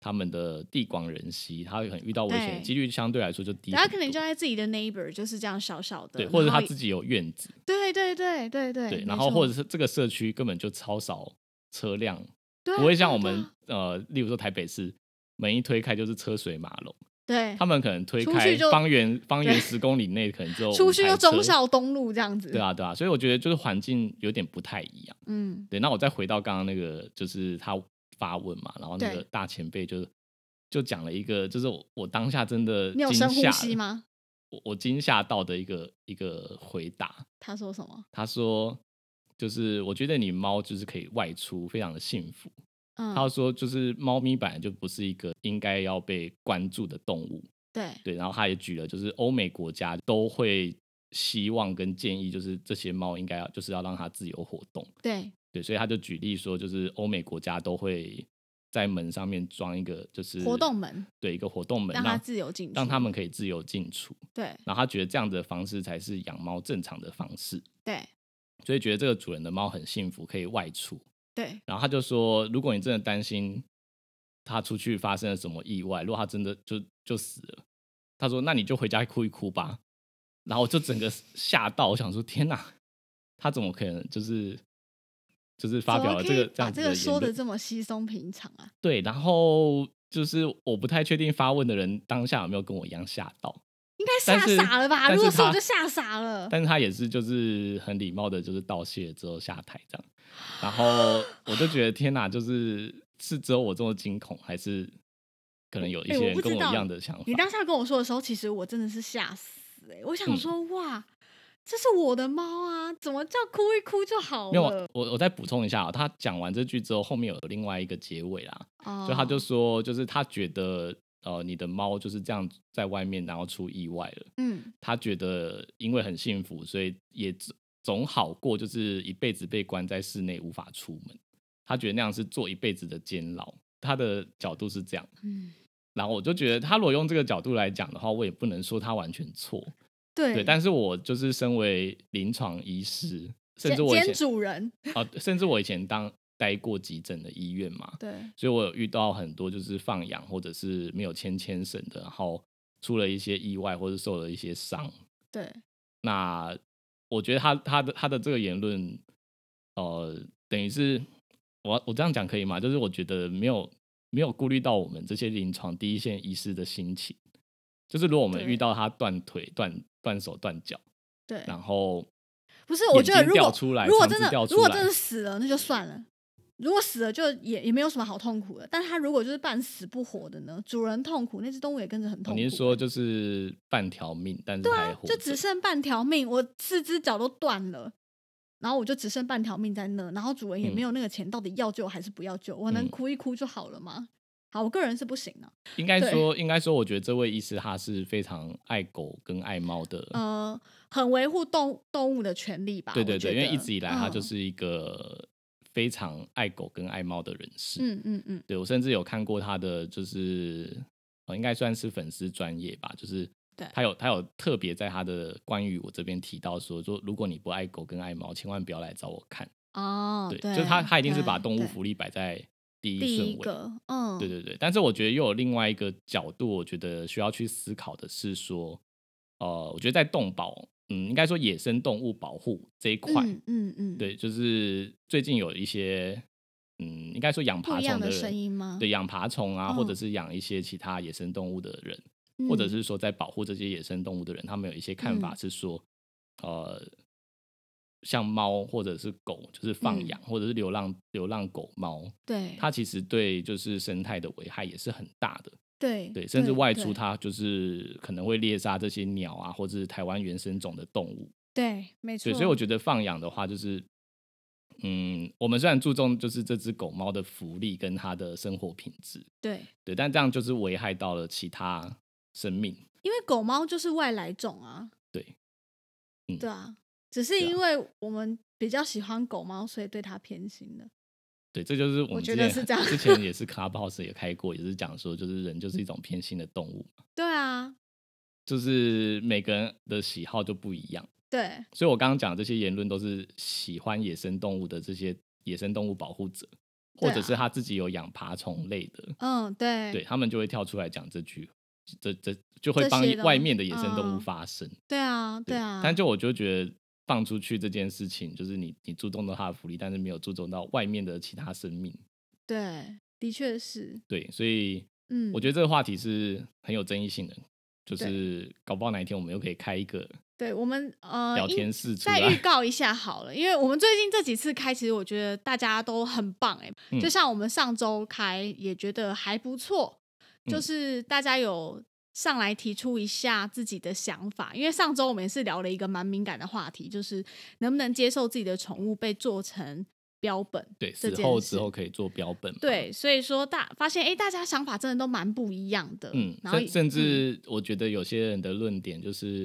他们的地广人稀，他会很遇到危险的
对
几率相对来说就低很多。
他可能就在自己的 neighbor 就是这样小小的，
对，或者
然
他
后
自己有院子，
对对对对对
对，
没
然后或者
错
是这个社区根本就超少车辆，
对啊
不会像
对啊
我
对
们
啊
呃，例如说台北市门一推开就是车水马龙。
对
他们可能推
出
开
去就
方 圆方圆
对
十公里内，可能只有
出
五
去
台
就忠
车。
孝东路这样子，
对，啊，对啊，所以我觉得就是环境有点不太一样。
嗯，
对，那我再回到刚刚那个，就是他发问嘛，然后那
对
个大前辈就就讲了一个，就是我我当下真的
你有
惊
深
吓
呼吸
了
吗？
我我惊吓到的一个一个回答。
他说什么？
他说，就是我觉得你猫就是可以外出，非常的幸福。
嗯，
他说就是猫咪本来就不是一个应该要被关注的动物，
对，
对，然后他也举了，就是欧美国家都会希望跟建议，就是这些猫应该要就是要让它自由活动，
对，
对，所以他就举例说，就是欧美国家都会在门上面装一个就是
活动，门，
对，一个活动门，
让它
让
自由进出，
让他们可以自由进出，
对
然后他觉得这样的方式才是养猫正常的方式，
对
所以觉得这个主人的猫很幸福，可以外出。
对
然后他就说，如果你真的担心他出去发生了什么意外，如果他真的就就死了，他说那你就回家哭一哭吧。然后我就整个吓到，我想说天哪，他怎么可能就是就是发表了这
怎么
个
可以
这
把
样
这
子
个
言
说的
论？
这么稀松平常啊？
对，然后就是我不太确定发问的人当下有没有跟我一样吓到，
应该
但
吓
是
傻了吧？
但
如果
是
是我
他
就吓傻了。
但是他也是就是很礼貌的，就是道谢之后下台这样。然后我就觉得天哪，就是是只有我这么惊恐，还是可能有一
哎
些
我
人
不
跟
知
我
道
一样的想法？
你当下跟我说的时候，其实我真的是吓死、欸，我想
嗯
说、哇，这是我的猫啊，怎么叫哭一哭就好
没有
了？
啊，我我再补充一下、啊，他讲完这句之后，后面有另外一个结尾啦，
哦
所以他就说，就是他觉得呃，你的猫就是这样在外面然后出意外了，
嗯，
他觉得因为很幸福，所以也总总好过就是一辈子被关在室内无法出门。他觉得那样是做一辈子的监牢，他的角度是这样。
嗯
然后我就觉得，他如果用这个角度来讲的话，我也不能说他完全错。
对
对，但是我就是身为临床医师，
兼
甚至我以
兼
前
主人，
啊、甚至我以前当待过急诊的医院嘛，
对
所以我有遇到很多就是放养或者是没有牵牵绳的，然后出了一些意外或者受了一些伤，
对
那我觉得他他的他的这个言论，呃，等于是我我这样讲可以吗？就是我觉得没有没有顾虑到我们这些临床第一线医师的心情，就是如果我们
对
遇到他断腿、断断手、断脚，
对，
然后
不是，我觉得
眼睛
如
掉
果
出来
如果
肠子
真的
掉出
如果
来
真的死了，那就算了。如果死了就也也没有什么好痛苦的，但他如果就是半死不活的呢，主人痛苦，那只动物也跟着很痛苦。
哦
啊
您说就是半条命，但是还活着、
就只剩半条命，我四只脚都断了，然后我就只剩半条命在那，然后主人也
嗯
没有那个钱，到底要救还是不要救？我能
嗯
哭一哭就好了吗？好，我个人是不行的、
应该
对
说应该说，我觉得这位医师他是非常爱狗跟爱猫的，
呃，很维护动动物的权利吧？
对对
我觉
对，因为
得
一直以来他就
嗯
是一个非常爱狗跟爱猫的人士，
嗯嗯嗯，
对我甚至有看过他的，就是呃，应该算是粉丝专业吧，就是
对
他有他有特别在他的关于我这边提到说，说如果你不爱狗跟爱猫，千万不要来找我看。
哦，
对，
对，
就是他他一定是把
对
动物
对
福利摆在第
第
一顺
一
位。
个，嗯，
对对对，但是我觉得又有另外一个角度，我觉得需要去思考的是说，呃，我觉得在动保，嗯，应该说野生动物保护这一块，
嗯嗯嗯，，
对，就是最近有一些，嗯，应该说养
不
爬
一样
虫
的
人
声音吗？
对，养爬虫啊，
嗯
或者是养一些其他野生动物的人，或者
嗯
是说在保护这些野生动物的人，他们有一些看法
嗯
是说，呃，像猫或者是狗，就是放
嗯
养、或者是流浪流浪狗猫，
对，
它其实对就是生态的危害也是很大的，
对
对，甚至外出
对
它就是可能会猎杀这些鸟啊，或者是台湾原生种的动物，
对，没错，
对，所以我觉得放养的话，就是，嗯，我们虽然注重就是这只狗猫的福利跟它的生活品质，
对，
对，但这样就是危害到了其他生命。
因为狗猫就是外来种啊。
对，嗯
对啊，只是
对啊
因为我们比较喜欢狗猫，所以对它偏心的。
对，这就是我
我
们
觉
之
得
前
是这样
之前也是 Clubhouse 也开过，也是讲说，就是人就是一种偏心的动物，
对啊，
就是每个人的喜好就不一样。
对
所以我刚刚讲的这些言论都是喜欢野生动物的这些野生动物保护者，或
对
者
啊
是他自己有养爬虫类的，
嗯，对
对他们就会跳出来讲这句，这这就会
这
帮
些东
外面的野生动物
嗯
发声。
对啊，对啊。
但就我就觉得放出去这件事情，就是你你注重到它的福利，但是没有注重到外面的其他生命。
对，的确是，
对，所以
嗯，
我觉得这个话题是很有争议性的，就
对
是搞不好哪一天我们又可以开一个
对我们呃
聊
应
天室出
再预
来。
告一下好了，因为我们最近这几次开，其实我觉得大家都很棒哎、
嗯
就像我们上周开也觉得还不错，就
嗯
是大家有上来提出一下自己的想法，因为上周我们也是聊了一个蛮敏感的话题，就是能不能接受自己的宠物被做成标本。
对，
这
死
件
后
事
之后可以做标本嘛。
对，所以说大发现，哎，大家想法真的都蛮不一样的。
嗯，
然后
甚甚
嗯
至我觉得有些人的论点就是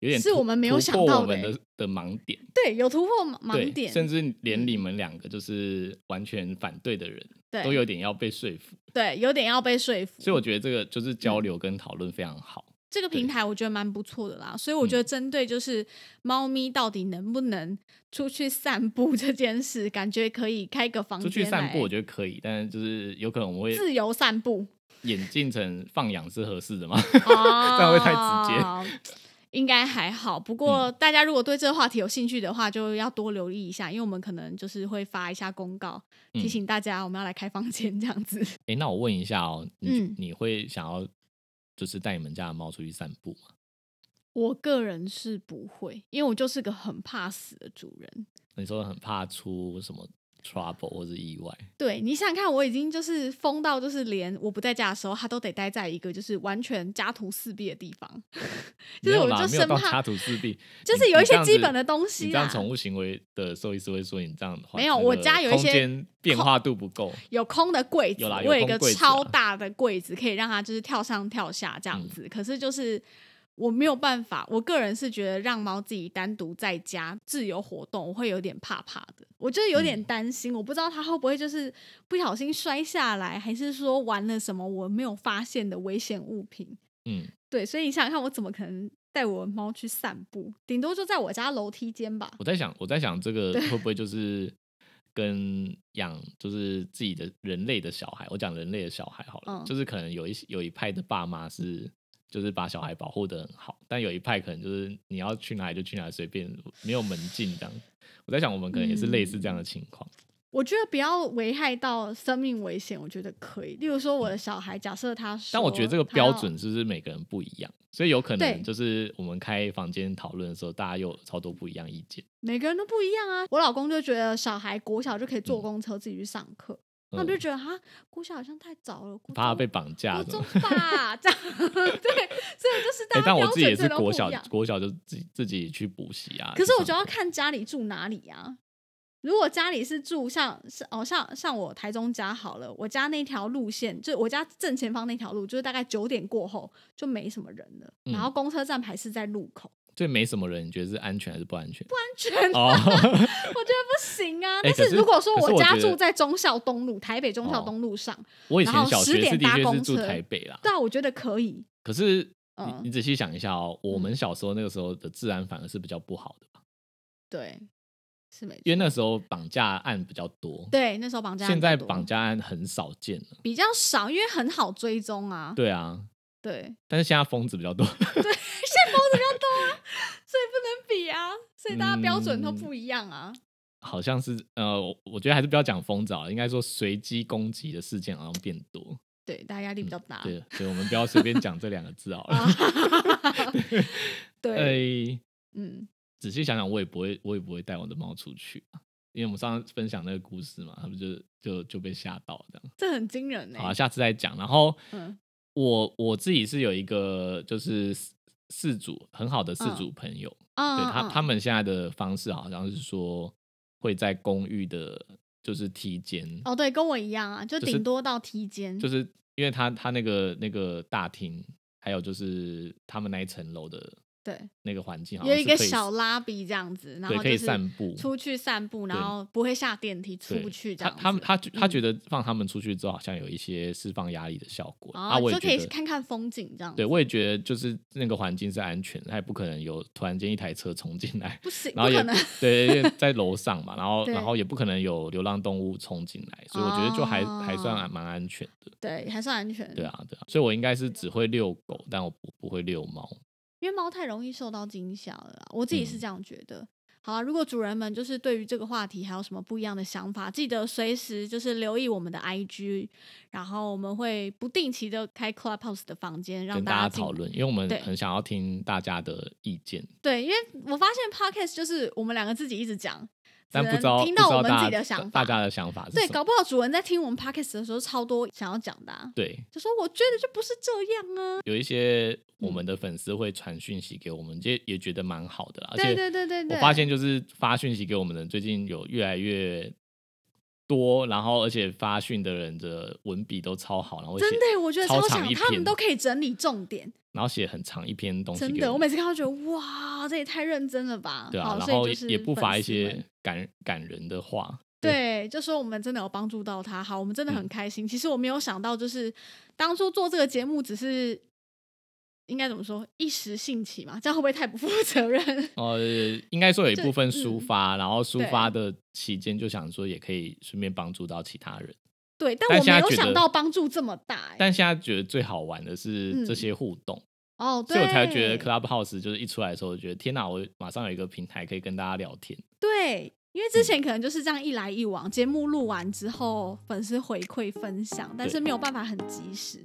有点
是
突
我们没有
突
想
破
到
我们
的
的的盲点，
对有突破盲
对
点，
甚至连
嗯
你们两个就是完全反对的人，
对
都有点要被说服。
对有点要被说服。
所以我觉得这个就是
嗯
交流跟讨论非常好。
这个平
对嗯
台我觉得蛮不错的啦，所以我觉得针对就是猫咪到底能不能出去散步这件事，感觉可以开个房
出
间
去散步我
嗯来
觉得可以，但是就是有可能我们会
自由散 步，
演进成放养是合适的吗？
哦
样会太直接嗯
应该还好，不过大家如果对这个话题有兴趣的话，就要多留意一下，因为我们可能就是会发一下公告，
嗯
提醒大家我们要来开房间这样子。
哎、那我问一下哦，你、
嗯
你会想要就是带你们家的猫出去散步吗？
我个人是不会，因为我就是个很怕死的主人。
你说很怕出什么 trouble 或是意外？
对你想想看，我已经就是疯到，就是连我不在家的时候，它都得待在一个就是完全家徒四壁的地方， 就是
没有
我
啦
就
没有
生
到
怕
家徒四壁，
就是
你
有一
你
些
这样
基
子
本的东西
你这样
啦
宠物行为的兽医师会说你这样的话
没有
那
我
个
家有一
空
些
间变化度不够，
有空的柜子，
有啦有嗯
我有一
空
个
柜子
超
啊
大的柜子，可以让它就是跳上跳下这样子。可是就是我没有办法，我个人是觉得让猫自己单独在家自由活动，我会有点怕怕的。我就是有点
嗯
担心，我不知道它会不会就是不小心摔下来，还是说玩了什么我没有发现的危险物品。
嗯，
对，所以你想想看，我怎么可能带我的猫去散步？顶多就在我家楼梯间吧。
我在想，我在想这个会不会就是跟养就是自己的人类的小孩，我讲人类的小孩好了，
嗯
就是可能有一些有一派的爸妈是。就是把小孩保护的很好，但有一派可能就是你要去哪里就去哪里，随便没有门禁这样。我在想，我们可能也是类似这样
嗯
的情况。
我觉得不要危害到生命危险，我觉得可以。例如说，我的小孩，假设他说，
但我觉得这个标准是不是每个人不一样？所以有可
对
能就是我们开房间讨论的时候，大家又有超多不一样意见。
每个人都不一样啊。我老公就觉得小孩国小就可以
嗯
坐公车自己去上课，那我就觉得哈，国小好像太早了，国
嗯怕他
中
被绑架
国
什么
中？吧， 这样对，所以就是大
哎、
家
但我
标
自己
准
也是
真的
国
不一
小
样。
国小就自己自己去补习啊。
可是我
去
觉得
上
要
课
看家里住哪里啊。如果家里是住像是哦像像我台中家好了，我家那条路线就我家正前方那条路，就是大概九点过后就没什么人了，
嗯
然后公车站牌是在路口，
所以没什么人，你觉得是安全还是不安全？不安
觉得
哦，
我觉得不行啊。
哎
但
可
是
是
如果说
可是我
家
觉得
住在忠孝东路，台北忠孝
哦
东路上，
我以
然
前
后
小
10
学
点
是的
搭
确
公
是住
车
台北啦，
对啊，我觉得可以。
可是你
嗯
你仔细想一下哦，我
嗯
们小时候那个时候的治安反而是比较不好的吧，
对，是没
因为
错。
那时候绑架案比较多。
对，那时候绑架案
现在
比较多嗯
绑架案很少见了，
比较少，因为很好追踪啊。
对啊，
对，
但是现在疯子比较多，
现在疯子比较多啊，所以不能比啊，所以大家标准
嗯
都不一样啊。
好像是呃，我我觉得还是不要讲疯子啊，应该说随机攻击的事件好像变多。
对，大家压力比较大。
嗯对，所以我们不要随便讲这两个字好了。
哦对，
哎，
嗯，
仔细想想，我也不会，我也不会带我的猫出去啊，因为我们上次分享那个故事嘛，他们就就就被吓到这样。
这很惊人呢、
好啊，下次再讲。然后
嗯
我我自己是有一个就是饲饲主很好的
嗯
饲主朋友，
啊
对他他
们
们现在的方式好像是说会在公寓的，就是梯间，
哦，对，跟我一样啊，就
就是
顶多到梯间。
就是是因为他他那个那个大厅，还有就是他们那一层楼的
对，
那个环境，好
有
像
一
是
个
可以
小拉比这样子，然
对
后
可以
就是
散步
出去散步，然
对
后不会下电梯出
对
不去这
他
样子。
他们他他
嗯
觉得放他们出去之后，好像有一些释放压力的效果、
哦
啊。我也
就可
觉
以
得，
看看风景这样子。
对我也觉得，就是那个环境是安全的，他也不可能有突然间一台车冲进 来，
不行，不
然后也
可能。
对，因为在楼上嘛，然后
对
然后也不可能有流浪动物冲进来，所以我觉得就还、还
哦嗯
算蛮安全的。
对，还算安全。
对，啊，对啊，所以我应该是只会遛狗，但我不不会遛猫。
因为猫太容易受到惊吓了啦，我自己是
嗯
这样觉得。好啊，如果主人们就是对于这个话题还有什么不一样的想法，记得随时就是留意我们的 IG，然后我们会不定期的开 Clubhouse 的房间让
跟大
家
家
进
讨。论，因为我们
对
很想要听大家的意见，
对，因为我发现 Podcast 就是我们两个自己一直讲，只
但不知道
能听
不
到
知
我
道
们自
大
己
家
的想法。
大家的想法是
对，
什么？
搞不好主人在听我们 Podcast 的时候超多想要讲的、啊，
对，
就说我觉得就不是这样啊。
有一些
嗯
我们的粉丝会传讯息给我们，这也觉得蛮好的啦。而
对
且
对对对对
我发现就是发讯息给我们的人，最近有越来越多，然后而且发讯的人的文笔都超好，然后会
真
写
的，我觉得
超长
强，
一
他们
篇
都可以整理重点，
然后写很长一篇东西
真
给
的，
我
我
们
每次看到觉得哇，这也太认真了吧，
对啊，
好
然
所以
后
就
也
是
也不乏
粉
一
丝们
些感感人的话，
对，就说我们真的有帮助到他，好，我们真
嗯
的很开心。其实我没有想到，就是当初做这个节目只是应该怎么说一时兴起嘛，这样会不会太不负责任？
呃，应该说有一
就
部分抒
嗯
发，然后抒
对
发的期间就想说也可以顺便帮助到其他人。
对，但
但
我
现
没
在
有
觉
想
得
到帮助这么大、欸。
但现在觉得最好玩的是这
嗯
些互动，
哦，对，
所以我才觉得 Clubhouse 就是一出来的时候，我觉得天哪，我马上有一个平台可以跟大家聊天。
对，因为
嗯
之前可能就是这样一来一往，节目录完之后粉丝回馈分享，但
对
是没有办法很及时。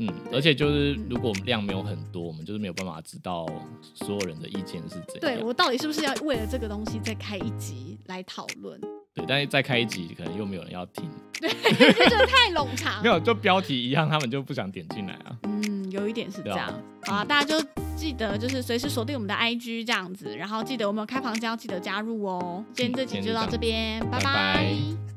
嗯，而且就是如果我们量没有很多，我们就是没有办法知道所有人的意见是怎
对
样。
我到底是不是要为了这个东西再开一集来讨论？
对，但是再开一集可能又没有人要听，
啊因为觉得太冗长
没。有就标题一样，他们就不想点进来啊。
嗯，有一点是这
对啊
样。好啊，大家就记得就是随时锁定我们的 IG 这样子，然后记得我们有开房间要记得加入哦。今天这集
嗯
就到这边，拜
拜拜
拜